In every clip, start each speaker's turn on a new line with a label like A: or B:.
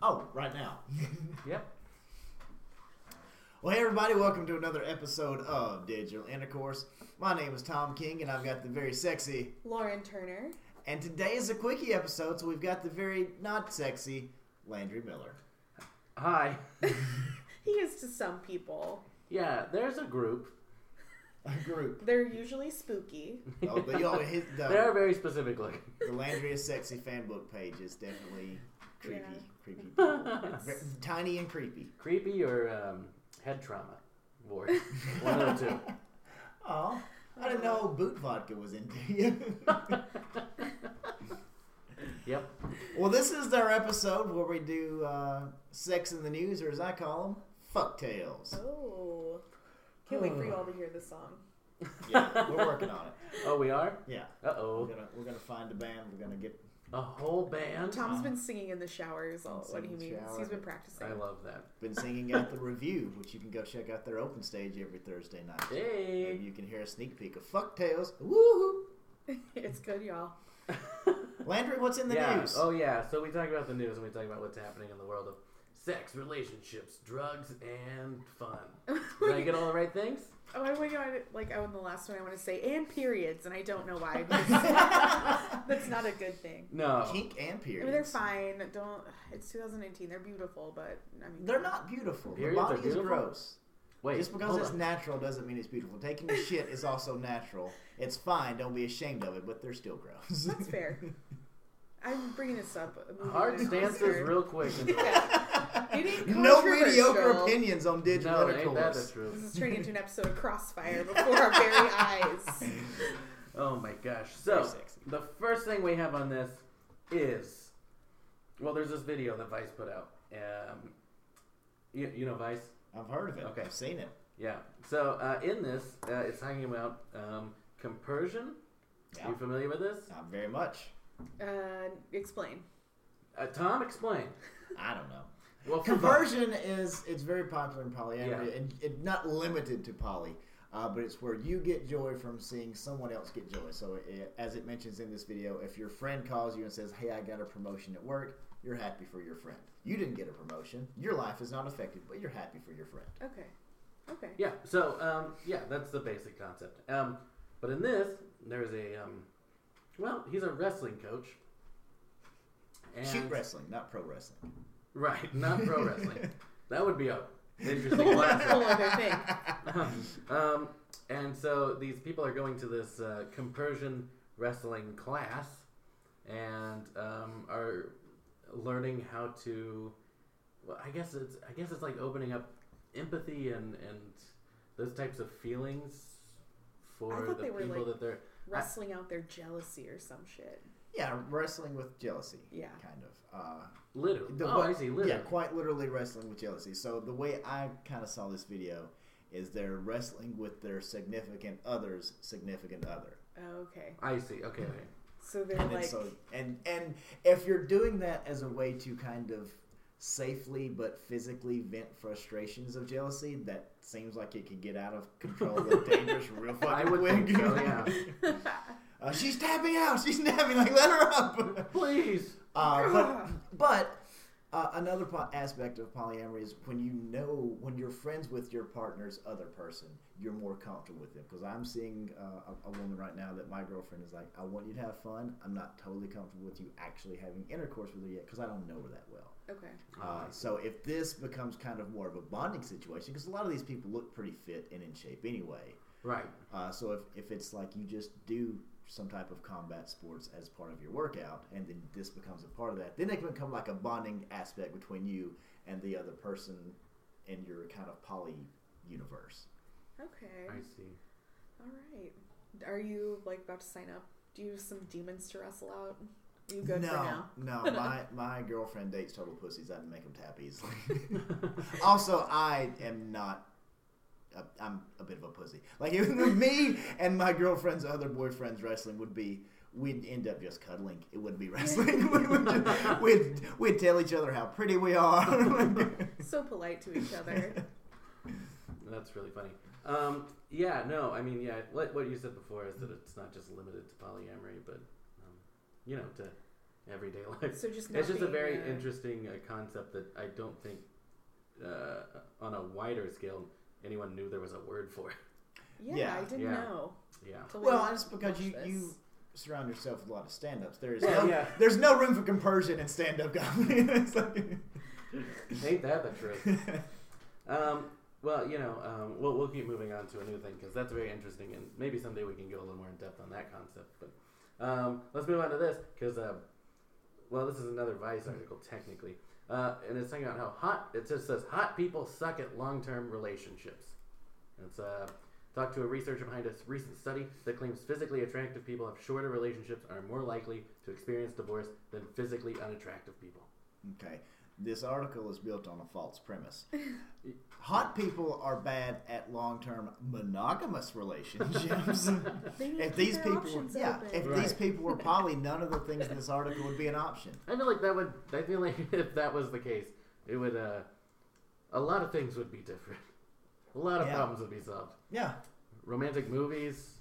A: Oh, right now.
B: Yep.
A: Well, hey, everybody, welcome to another episode of Digital Intercourse. My name is Tom King, and I've got the very sexy.
C: Lauren Turner.
A: And today is a quickie episode, so we've got the very not sexy Landry Miller.
B: Hi.
C: He is to some people.
B: Yeah, there's a group.
A: A group.
C: They're usually spooky.
A: Oh, but y'all hit the-
B: They're very specific looking.
A: The Landry is Sexy fan book page is definitely creepy.
C: Yeah.
A: Creepy.
C: It's-
A: Ve- Tiny and creepy.
B: Creepy or um, head trauma? War. One of the two.
A: Oh, I didn't know boot vodka was into you.
B: Yep.
A: Well, this is our episode where we do uh, sex in the news, or as I call them, fuck tales.
C: oh. Can't wait for you all to hear this song.
A: Yeah, we're working on it.
B: Oh, we are?
A: Yeah,
B: Uh
A: we're
B: oh.
A: gonna we're gonna find a band. We're gonna get.
B: A whole band?
C: Tom's been singing in the shower is all
A: Been
C: what he
A: singing in the
C: means.
A: shower.
C: He's been practicing.
B: I love that.
A: Been singing at the review, which you can go check out their open stage every Thursday night.
B: Hey.
A: Maybe you can hear a sneak peek of fuck tales. Woo!
C: it's good, y'all.
A: Landry, what's in the
B: yeah.
A: news?
B: Oh, yeah. So we talk about the news and we talk about what's happening in the world of sex, relationships, drugs, and fun. Did I get all the right things?
C: Oh, I went on like oh, in the last one I want to say and periods, and I don't know why. because That's not a good thing.
B: No.
A: Kink and
C: I
A: periods.
C: mean, they're fine. Don't. It's 2019. They're beautiful, but I mean,
A: They're not beautiful. The
B: Periods are
A: body is
B: beautiful?
A: gross.
B: Wait.
A: Just because
B: hold
A: it's
B: on.
A: natural doesn't mean it's beautiful. Taking a shit is also natural. It's fine. Don't be ashamed of it, but they're still gross.
C: That's fair. I'm bringing this up. a movie
B: Hard
C: that I'm
B: stances,
C: concerned.
B: real quick. and-
C: It ain't
A: no mediocre
C: controversial.
A: opinions on digital
B: no, ain't that the
A: intercourse.
B: truth?
C: This is turning into an episode of Crossfire before our very eyes.
B: Oh my gosh.
A: Very
B: So,
A: sexy.
B: the first thing we have on this is well, there's this video that Vice put out. Um, you, you know Vice?
A: I've heard of it.
B: Okay.
A: I've seen it.
B: Yeah. So, uh, in this, uh, it's talking about um, compersion.
A: Yeah.
B: You familiar with this?
A: Not very much.
C: Uh, explain.
B: Uh, Tom, explain.
A: I don't know.
B: Well, for Vice-
A: Conversion is it's very popular in polyamory,
B: Yeah.
A: and it, not limited to poly, uh, but it's where you get joy from seeing someone else get joy. So, it, as it mentions in this video, if your friend calls you and says, "Hey, I got a promotion at work," you're happy for your friend. You didn't get a promotion. Your life is not affected, but you're happy for your friend.
C: Okay. Okay.
B: Yeah. So, um, yeah, that's the basic concept. Um, but in this, there's a um, well, he's a wrestling coach. And,
A: Shoot wrestling, not pro wrestling.
B: Right, not pro wrestling. that would be a interesting class.
C: whole other thing.
B: um, and so these people are going to this uh, compersion wrestling class and um, are learning how to. Well, I guess it's I guess it's like opening up empathy and and those types of feelings for the
C: thought they
B: people
C: were, like-
B: that they're.
C: Wrestling out their jealousy or some shit.
A: Yeah, wrestling with jealousy.
C: Yeah.
A: kind of. Uh,
B: Literally.
A: The
B: oh,
A: what-
B: I see. Literally.
A: Yeah, quite literally wrestling with jealousy. So the way I kind of saw this video is they're wrestling with their significant other's significant other.
C: Okay.
B: I see. Okay. okay.
C: So they're
A: And then
C: like,
A: so and and if you're doing that as a way to kind of safely but physically vent frustrations of jealousy, that seems like it could get out of control and dangerous real fucking
B: I would
A: quick.
B: think so. Yeah.
A: Uh, she's tapping out. She's napping. Like let her up.
B: Please.
A: Uh, but but uh, another po- aspect of polyamory is when you know when you're friends with your partner's other person, you're more comfortable with them. Because I'm seeing uh, a, a woman right now that my girlfriend is like, I want you to have fun. I'm not totally comfortable with you actually having intercourse with her yet because I don't know her that well.
C: okay.
A: Uh, so if this becomes kind of more of a bonding situation, because a lot of these people look pretty fit and in shape anyway.
B: Right.
A: Uh, so if, if it's like you just do some type of combat sports as part of your workout, and then this becomes a part of that, then it can become like a bonding aspect between you and the other person in your kind of poly universe.
C: Okay.
B: I see.
C: All right. Are you like about to sign up? Do you have some demons to wrestle out? You good
A: no,
C: for now?
A: no, my my girlfriend dates total pussies. I'd make them tap easily. also, I am not. A, I'm a bit of a pussy. Like if me and my girlfriend's other boyfriends wrestling would be. We'd end up just cuddling. It wouldn't be wrestling. we would just, we'd, we'd tell each other how pretty we are.
C: So polite to each other.
B: That's really funny. Um, yeah, no, I mean, yeah, what, what you said before is that it's not just limited to polyamory, but um, you know, to everyday life.
C: So just not
B: It's just a
C: being
B: very
C: there.
B: interesting uh, concept that I don't think, uh, on a wider scale, anyone knew there was a word for.
C: Yeah,
A: Yeah.
C: I didn't
B: Yeah.
C: know.
B: Yeah.
C: till we
A: Well, and it's because
C: watched
A: you,
C: this.
A: you surround yourself with a lot of stand ups. There is
B: Yeah,
A: no,
B: yeah.
A: there's no room for compersion in stand up comedy. It's like-
B: Ain't that the truth? Um, well, you know, um, we'll, we'll keep moving on to a new thing because that's very interesting, and maybe someday we can go a little more in depth on that concept. But um, let's move on to this because, uh, well, this is another Vice article technically, uh, and it's talking about how hot. It just says hot people suck at long-term relationships. It's uh, talked to a researcher behind a recent study that claims physically attractive people have shorter relationships and are more likely to experience divorce than physically unattractive people.
A: Okay. This article is built on a false premise. Hot people are bad at long-term monogamous relationships.
C: They need
A: if
C: to keep
A: these
C: their
A: people,
C: options
A: yeah,
C: open.
A: if
B: Right.
A: these people were poly, none of the things in this article would be an option.
B: I feel like that would. I feel like if that was the case, it would. Uh, a lot of things would be different. A lot of
A: Yeah.
B: problems would be solved.
A: Yeah,
B: Romantic movies.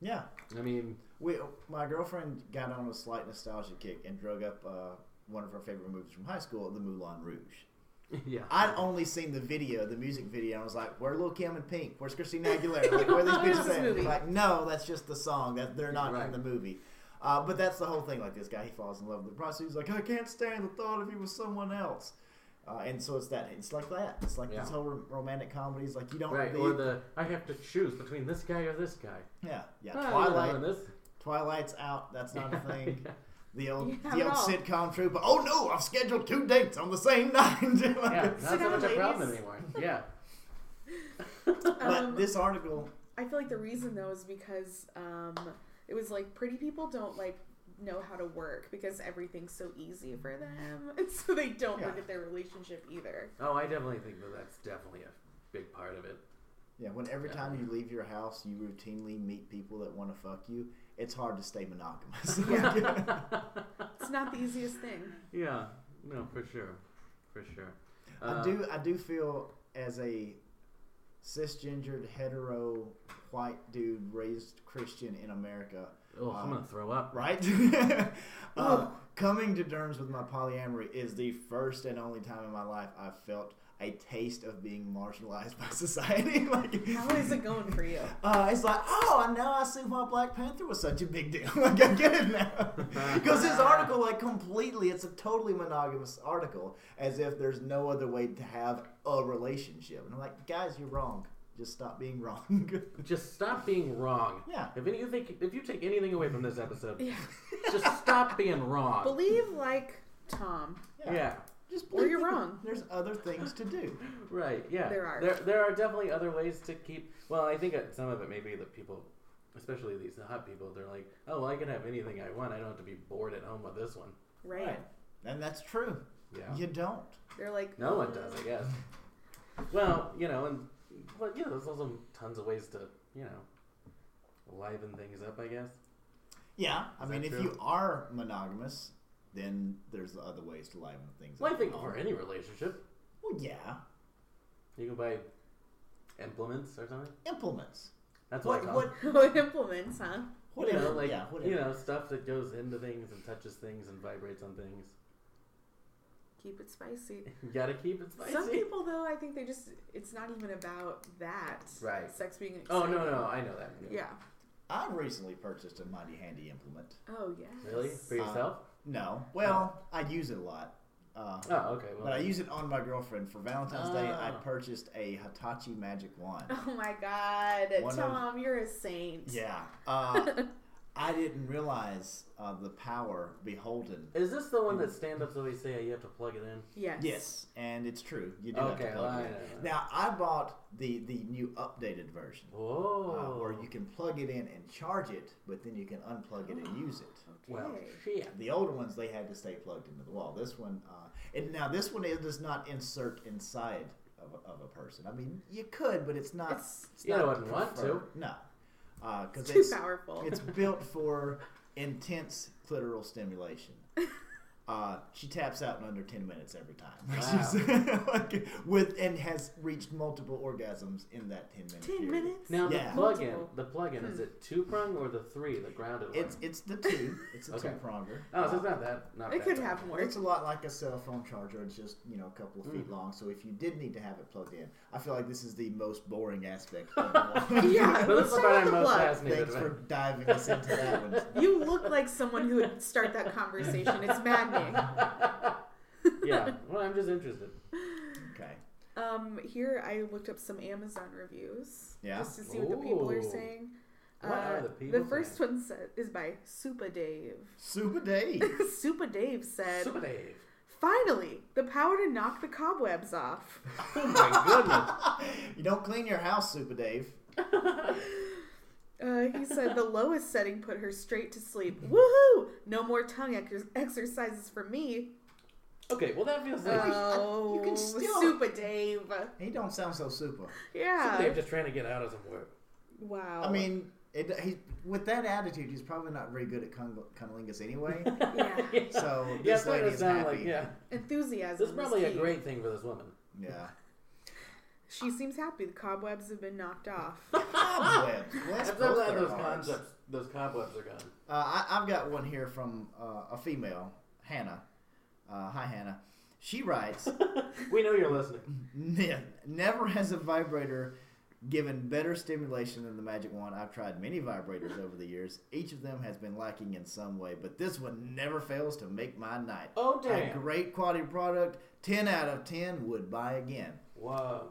A: yeah.
B: I mean,
A: We, my girlfriend got on a slight nostalgia kick and drug up uh, one of her favorite movies from high school, The Moulin Rouge.
B: yeah.
A: I'd only seen the video, the music video, and I was like, "Where Lil Kim and Pink? Where's Christina Aguilera? Like, where are these
C: Where's
A: bitches
C: this
A: at?"
C: movie?
A: Like, no, that's just the song. That they're not
B: Right.
A: in the movie. Uh, but that's the whole thing. Like this guy, he falls in love with the prostitute. He's like, "I can't stand the thought of you with someone else." Uh, and so it's that. It's like that. It's like
B: Yeah.
A: this whole rom- romantic comedy. It's like you don't.
B: right.
A: be-
B: Or the I have to choose between this guy or this guy.
A: yeah, yeah.
C: Oh,
B: Ah, I don't
A: Twilight.
B: know this.
A: Twilight's out. That's not a thing.
B: Yeah.
A: The old,
C: You have
A: the
C: it
A: old
C: all.
A: sitcom troupe. Oh no, I've scheduled two dates on the same night. Like,
B: Yeah, not
C: Sit
B: so
C: down,
B: much a problem
C: ladies.
B: anymore. Yeah.
A: But
C: Um,
A: this article,
C: I feel like the reason though is because um, it was like pretty people don't like know how to work because everything's so easy for them, and so they don't
A: Yeah.
C: look at their relationship either.
B: Oh, I definitely think that that's definitely a big part of it.
A: Yeah, when every
B: Yeah.
A: time you leave your house, you routinely meet people that want to fuck you. It's hard to stay monogamous.
C: It's not the easiest thing.
B: yeah. No, for sure. For sure.
A: I
B: Uh,
A: do.
C: Um,
A: I do feel as a cisgendered hetero white dude raised Christian in America,
B: Oh, I'm
A: uh,
B: gonna throw up.
A: right? uh, coming to terms with my polyamory is the first and only time in my life I've felt a taste of being marginalized by society. like,
C: How is it going for you?
A: Uh, it's like, oh, I now I see why Black Panther was such a big deal. like, I get it now. Because this article, like, completely, it's a totally monogamous article, as if there's no other way to have a relationship. And I'm like, guys, you're wrong. Just stop being wrong.
B: Just stop being wrong.
A: yeah.
B: If any, you think if you take anything away from this episode,
C: Yeah.
B: just stop being wrong.
C: Believe like Tom.
B: yeah.
A: Just
C: Or you're
A: believe that
C: wrong.
A: There's other things to do.
B: right. Yeah,
C: There are.
B: there, there are definitely other ways to keep. Well, I think that some of it may be that people, especially these hot people, they're like, oh, well, I can have anything I want. I don't have to be bored at home with this one.
C: Right.
A: And that's true.
B: Yeah,
A: You don't.
C: They're like
B: no one does, I guess. Well, you know, and but yeah, there's also tons of ways to you know liven things up. I guess.
A: Yeah. I
B: Is
A: mean,
B: that
A: if
B: true?
A: you are monogamous, then there's other ways to liven things
B: Well, I
A: up.
B: think for any relationship,
A: Well, yeah.
B: you can buy implements or something.
A: Implements.
B: That's what. I
A: What,
B: call it.
A: what,
C: oh, implements, huh?
A: whatever.
B: you know, like
A: yeah, whatever.
B: you know, stuff that goes into things and touches things and vibrates on things.
C: Keep it spicy.
B: You gotta keep it spicy.
C: Some people though, I think they just it's not even about that.
B: Right.
C: Sex being
B: oh no,
C: exciting.
B: no, I know that.
C: Yeah.
A: I recently purchased a mighty handy implement.
C: Oh yes.
B: Really? For yourself?
A: No, well, I use it a lot, uh,
B: oh, okay. Well,
A: but I use it on my girlfriend for Valentine's Day. I
B: Ah.
A: purchased a Hitachi magic wand.
C: Oh my god.
A: One of-
C: Tom, you're a saint.
A: Yeah, uh, I didn't realize uh, the power beholden.
B: is this the
A: Mm.
B: one that stand-ups always say you have to plug it in?
C: Yes.
A: Yes, and it's true. You do
B: Okay,
A: have to
B: well,
A: plug
B: I
A: it in.
B: know that.
A: Now I bought the the new updated version, uh,
B: Whoa.
A: where you can plug it in and charge it, but then you can unplug it and use it.
B: Well,
C: Okay.
B: shit.
A: The older ones they had to stay plugged into the wall. This one, uh, and now this one it does not insert inside of a, of a person. I mean, you could, but it's not.
C: It's-
B: You
A: not
B: wouldn't want to.
A: preferred. No, because
C: It's too
A: it's
C: powerful.
A: it's built for intense clitoral stimulation. Uh, she taps out in under ten minutes every time.
B: Wow.
A: She's- like, with and has reached multiple orgasms in that ten minute.
C: Ten
A: period.
C: minutes.
B: Now
A: Yeah.
B: the plug-in,
C: Multiple. Hmm.
B: the plug-in is it two prong or the three, the grounded one?
A: It's it's the two. It's a
B: Okay.
A: two pronger.
B: oh, so it's not that. Not
C: It
B: that
C: could
B: bad.
C: have more.
A: It's a lot like a cell phone charger. It's just you know a couple of feet long. So if you did need to have it plugged in, I feel like this is the most boring aspect. of the whole.
C: Yeah,
B: But
C: let's
B: this is the part
C: talk about
B: I'm
C: the
B: most
C: plug.
B: fascinated
A: Thanks
B: by.
A: for diving us into that one.
C: You look like someone who would start that conversation. It's maddening.
B: yeah. Well, I'm just interested.
A: Okay.
C: Um, here I looked up some Amazon reviews
A: Yeah?
C: just to see what the people
B: Ooh.
C: are saying. Uh,
B: What are the people
C: first one said, is by Supa Dave.
A: Super Dave.
C: Supa Dave said,
B: Super Dave.
C: "Finally, the power to knock the cobwebs off."
B: Oh my
A: you don't clean your house, Super Dave.
B: goodness.
C: Uh, he said the lowest setting put her straight to sleep. Woohoo! No more tongue ex- exercises for me.
B: okay. Well, that feels like
C: Oh,
A: you can still-
C: Supa Dave.
A: He don't sound so super.
B: Super Dave
C: Yeah.
B: just trying to get out of some work.
C: Wow.
A: I mean, it, he's with that attitude, he's probably not very good at cun- cunnilingus anyway.
C: Yeah.
A: So
B: yeah,
A: this
B: it's not
A: lady
B: gonna
A: is
B: sound
A: happy.
B: like yeah.
C: Enthusiasm.
B: This is
C: is
B: probably a
C: key.
B: great thing for this woman.
A: Yeah.
C: She seems happy. The cobwebs have been knocked off.
A: Cobwebs.
B: I'm
A: Bless
B: so
A: both
B: glad
A: their
B: those
A: hearts.
B: concepts, those cobwebs are gone.
A: Uh, I, I've got one here from uh, a female, Hannah. Uh, hi, Hannah. She writes,
B: We know you're listening.
A: "Ne- "Never has a vibrator given better stimulation than the Magic Wand. I've tried many vibrators over the years. Each of them has been lacking in some way, but this one never fails to make my night.
B: Oh
A: A
B: damn!
A: great quality product. Ten out of ten would buy again.
B: Whoa.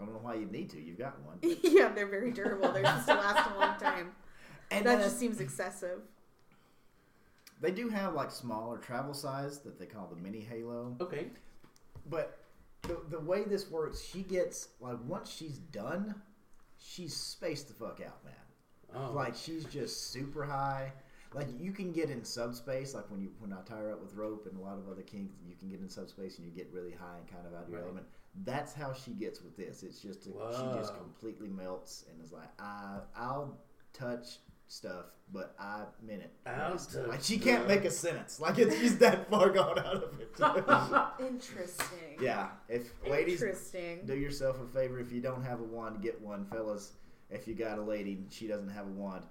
A: I don't know why you need to. You've got one,
C: yeah, they're very durable. They're just to last a long time.
A: and
C: that
A: uh,
C: just seems excessive.
A: they do have like smaller travel size that they call the mini Halo.
B: Okay.
A: But the, the way this works, she gets like once she's done, she's spaced the fuck out, man.
B: Oh.
A: Like she's just super high. Like you can get in subspace, like when you when I tie her up with rope and a lot of other kinks, you can get in subspace and you get really high and kind of out of your
B: Right.
A: element. That's how she gets with this. It's just she just
B: Wow.
A: completely melts and is like, I I'll touch stuff, but I meant it.
B: I'll
A: first."
B: touch
A: like she can't
B: stuff.
A: make a sentence. Like it's, she's that far gone out of it.
C: Interesting.
A: yeah, if ladies
C: Interesting.
A: do yourself a favor if you don't have a wand get one fellas if you got a lady and she doesn't have a wand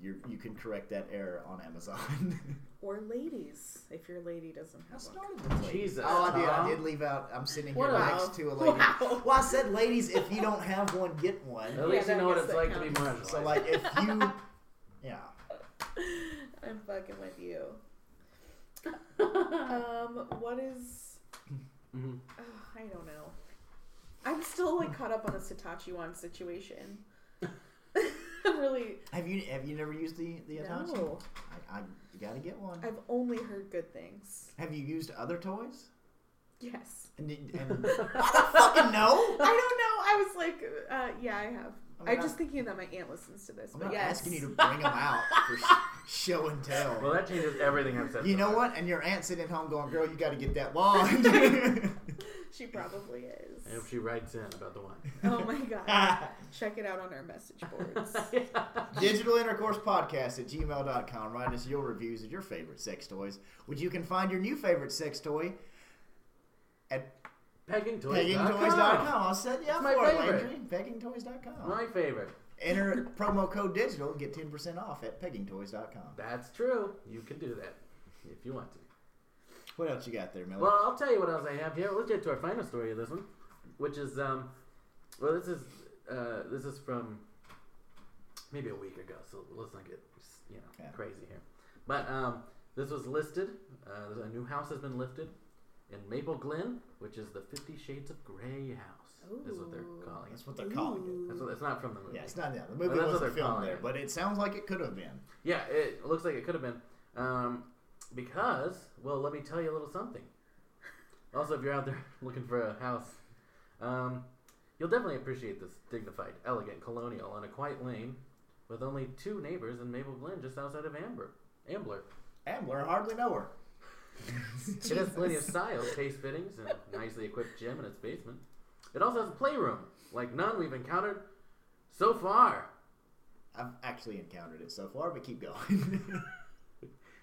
A: you you can correct that error on amazon
C: Or ladies, if your lady doesn't have one.
B: Jesus,
A: oh i did i
B: Tom.
A: did leave out i'm sitting here
B: Wow.
A: next to a lady
C: Wow.
A: well i said ladies if you don't have one get one
B: At least
C: Yeah,
B: you
C: that-
B: know what
C: yes,
B: it's
C: that
B: like to be marginalized.
A: so like if you yeah
C: I'm fucking with you. Um, what is?
B: Mhm.
C: Ugh, I don't know. I'm still like caught up on this Hitachi wand situation. I'm really
A: have you have you never used the the Hitachi?
C: no.
A: I, I you gotta get one
C: I've only heard good things.
A: have you used other toys
C: Yes.
A: and, and i don't fucking know
C: I don't know. I was like, uh, yeah, I have.
A: I
C: I
A: mean,
C: am just
A: I'm-
C: thinking that my aunt listens to this,
A: Oh i'm
C: but
A: not
C: yes.
A: asking you to bring them out for sh- show and tell
B: well, that changes everything I've said.
A: You
B: so
A: know
B: far.
A: what? And your aunt's sitting at home going, "Girl, you got to get that wand."
C: She probably is.
B: And if she writes in about the wine.
C: Oh my god. Check it out on our message boards.
A: Digital Intercourse Podcast at gmail.com. Write us your reviews of your favorite sex toys, which you can find your new favorite sex toy at
B: PeggingToys.com.
A: peggingtoys.com. I said yeah
B: It's my
A: for it,
B: favorite.
A: Landry. Peggingtoys.com.
B: My favorite.
A: Enter promo code digital and get 10% off at peggingtoys.com.
B: That's true. You can do that if you want to.
A: What else you got there, Miller?
B: Well, I'll tell you what else I have here. Let's get to our final story of this one, which is um, well, this is uh, this is from maybe a week ago, so let's not get you know
A: Yeah.
B: crazy here. But um, this was listed. Uh, a new house has been lifted in Maple Glen, which is the Fifty Shades of Grey house, is what they're
C: Ooh.
B: calling it.
A: that's what they're calling it.
B: That's, what, that's not from the movie.
A: Yeah, it's not that. The
B: Well,
A: movie
B: that's what
A: wasn't
B: they're
A: filmed
B: calling
A: there,
B: it.
A: but it sounds like it could have been.
B: Yeah, it looks like it could have been. Um, because, well, let me tell you a little something. Also, if you're out there looking for a house, um, you'll definitely appreciate this dignified, elegant colonial on a quiet lane with only two neighbors in Maple Glen just outside of Amber. Ambler.
A: Ambler hardly know her.
B: It has plenty of style, case fittings, and a nicely equipped gym in its basement. It also has a playroom, like none we've encountered so far.
A: I've actually encountered it so far, but keep going.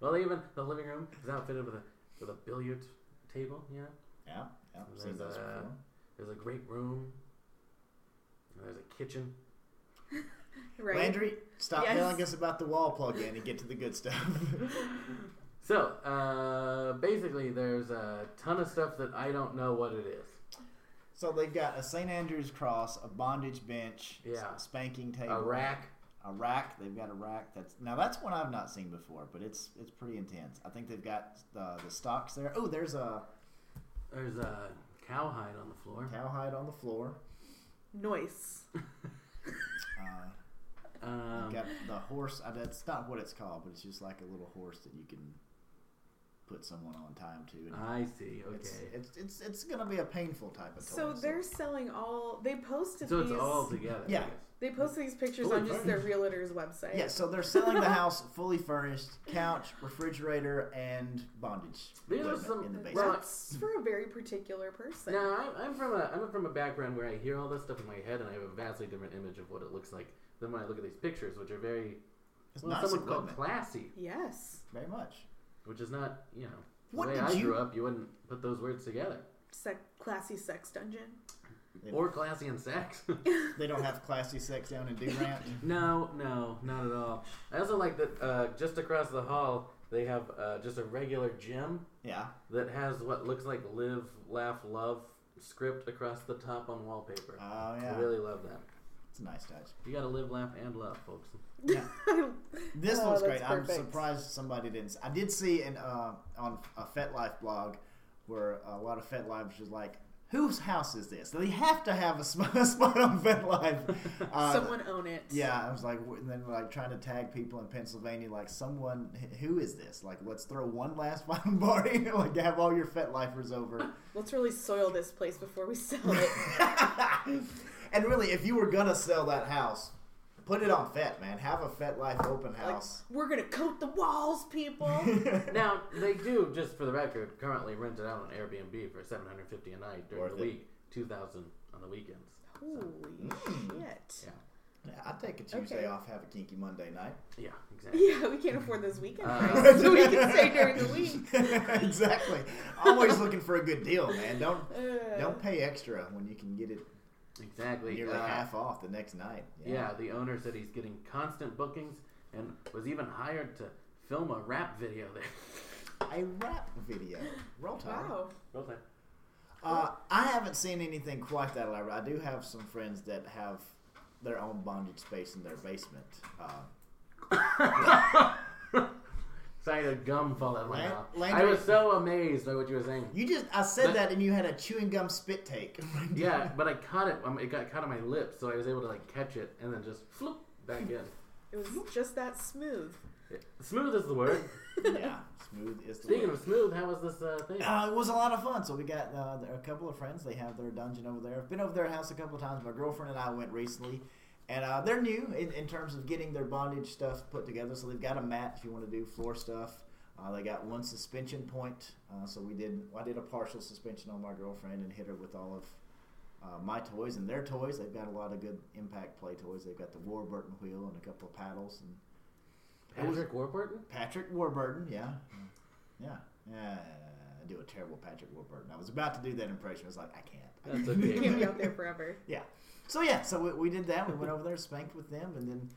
B: Well, even the living room is outfitted with a with a billiard table. You know,
A: Yeah, yeah. I've seen
B: There's
A: those
B: a-
A: before.
B: there's a great room. And there's a kitchen.
C: Right.
A: Landry, stop
C: Yes.
A: telling us about the wall plug in and get to the good stuff.
B: So uh, basically, there's a ton of stuff that I don't know what it is.
A: so they've got a St. Andrew's cross, a bondage bench,
B: Yeah.
A: s- spanking table,
B: A rack.
A: a rack. They've got a rack. That's now that's one I've not seen before, but it's it's pretty intense. I think they've got the the stocks there. Oh, there's a
B: There's a cowhide on the floor.
A: cowhide on the floor.
C: Noise.
A: Uh,
B: Um,
A: got the horse. I, that's not what it's called, but it's just like a little horse that you can put someone on time to. And
B: I see. Uh, Okay.
A: it's, it's it's it's gonna be a painful type of.
C: So
A: toy,
C: they're selling all. They posted
B: so
C: these.
B: it's all together. I
A: Yeah.
B: guess.
C: They posted these pictures
A: Oh,
B: Fully
C: on just their realtor's website.
A: Yeah, so they're selling the house fully furnished, couch, refrigerator, and bondage.
B: These are
A: equipment
B: some-
A: in the basement.
B: well,
C: That's for a very particular person.
B: Now I'm, I'm from a I'm from a background where I hear all this stuff in my head, and I have a vastly different image of what it looks like than when I look at these pictures, which are very
A: it's
B: well,
A: nice
B: someone called
A: equipment,
B: classy,
C: Yes.
A: very much.
B: which is not you know the
A: What
B: way
A: did
B: I
A: you-
B: grew up. You wouldn't put those words together.
C: Sec- classy sex dungeon.
A: They,
B: Or classy and sex.
A: they don't have classy sex down in Durant.
B: no, no, not at all. I also like that uh, just across the hall they have uh, just a regular gym
A: yeah,
B: that has what looks like live, laugh, love script across the top on wallpaper.
A: oh
B: I
A: yeah,
B: really love that.
A: it's a nice touch.
B: You gotta live, laugh, and love, folks.
A: Yeah. This
C: Oh,
A: looks
C: that's
A: great. I'm
C: perfect.
A: surprised somebody didn't. s- I did see in uh, on a FetLife blog where a lot of FetLife was like, "Whose house is this?" They have to have a spot, a spot on FetLife. Uh,
C: Someone own it.
A: Yeah, I was like, w- and then like trying to tag people in Pennsylvania, like someone h- who is this? Like, let's throw one last final party, like have all your fet lifers over.
C: Let's really soil this place before we sell it.
A: and really, if you were gonna sell that house, put it on fet, man. Have a fet life open
C: like,
A: house.
C: we're gonna coat the walls, people.
B: Now they do, just for the record, currently rent it out on Airbnb for seven hundred fifty a night during
A: Worth
B: the
A: it.
B: week, two thousand on the weekends.
C: Holy
A: Hmm.
C: shit.
B: Yeah,
A: Yeah, I'd take a Tuesday
C: Okay.
A: off, have a kinky Monday night.
B: yeah, exactly.
C: Yeah, we can't afford those weekend
B: Uh,
C: prices, so we can stay during the week.
A: exactly. Always looking for a good deal, man. Don't
C: Uh,
A: don't pay extra when you can get it
B: Exactly.
A: nearly
B: Uh,
A: half off the next night.
B: yeah, the owner said he's getting constant bookings and was even hired to film a rap video there.
A: A rap video. Roll time.
C: Wow.
B: Roll time.
A: Uh, I haven't seen anything quite that elaborate. I do have some friends that have their own bondage space in their basement. Uh,
B: Sorry, the gum fell out of my
A: Lan-
B: mouth. I
A: Landry-
B: was so amazed by what you were saying.
A: you just, I said
B: But-
A: that and you had a chewing gum spit take.
B: Yeah, but I caught it. Um, it got caught on my lips, so I was able to like catch it and then just floop back in.
C: It was just that smooth.
B: Yeah. Smooth is the word.
A: yeah. Smooth is the
B: Speaking
A: word.
B: of smooth, how was this uh, thing?
A: Uh, it was a lot of fun. So we got uh, there- a couple of friends. They have their dungeon over there. I've been over their house a couple of times. My girlfriend and I went recently, and uh, they're new in, in terms of getting their bondage stuff put together. So they've got a mat if you want to do floor stuff. Uh, they got one suspension point. Uh, so we did. I did a partial suspension on my girlfriend and hit her with all of. Uh, my toys and their toys. They've got a lot of good impact play toys. They've got the Warburton wheel and a couple of paddles and
B: Patrick Warburton?
A: Patrick Warburton, yeah. Yeah. Yeah. I do a terrible Patrick Warburton. I was about to do that impression. I was like, I can't.
B: That's okay.
C: You can't be out there forever.
A: So, yeah, so we, we did that. We went over there, spanked with them, and then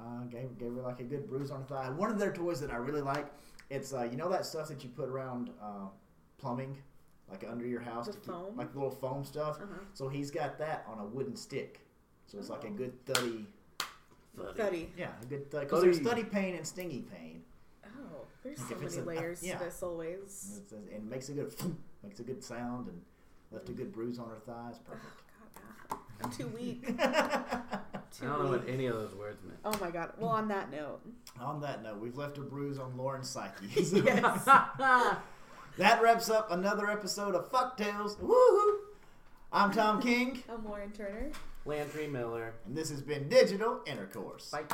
A: uh, gave, gave her like a good bruise on her thigh. One of their toys that I really like, it's, uh, you know, that stuff that you put around uh, plumbing, like under your house,
C: The
A: to keep,
C: foam?
A: like little foam stuff.
C: Uh-huh.
A: So he's got that on a wooden stick. So it's like
C: Oh.
A: a good thuddy.
C: Thuddy.
A: Yeah, a good thuddy. Because there's
B: Thuddy.
A: thuddy pain and stingy pain.
C: Oh, there's
A: Like
C: so
A: if it's
C: many
A: a-
C: layers
A: yeah.
C: to this always.
A: It's- it's- And it makes a good makes a good sound and left a good bruise on her thigh. It's
C: Oh,
A: perfect.
C: God, I'm too weak.
B: I
C: Too
B: don't know
C: weak.
B: what any of those words meant.
C: Oh my god. Well, on that note,
A: on that note, we've left a bruise on Lauren's psyche. So
C: yes.
A: That wraps up another episode of Fuck Tales. Woohoo! I'm Tom King,
C: I'm Lauren Turner.
B: Landry Miller.
A: and this has been Digital Intercourse.
B: Bye.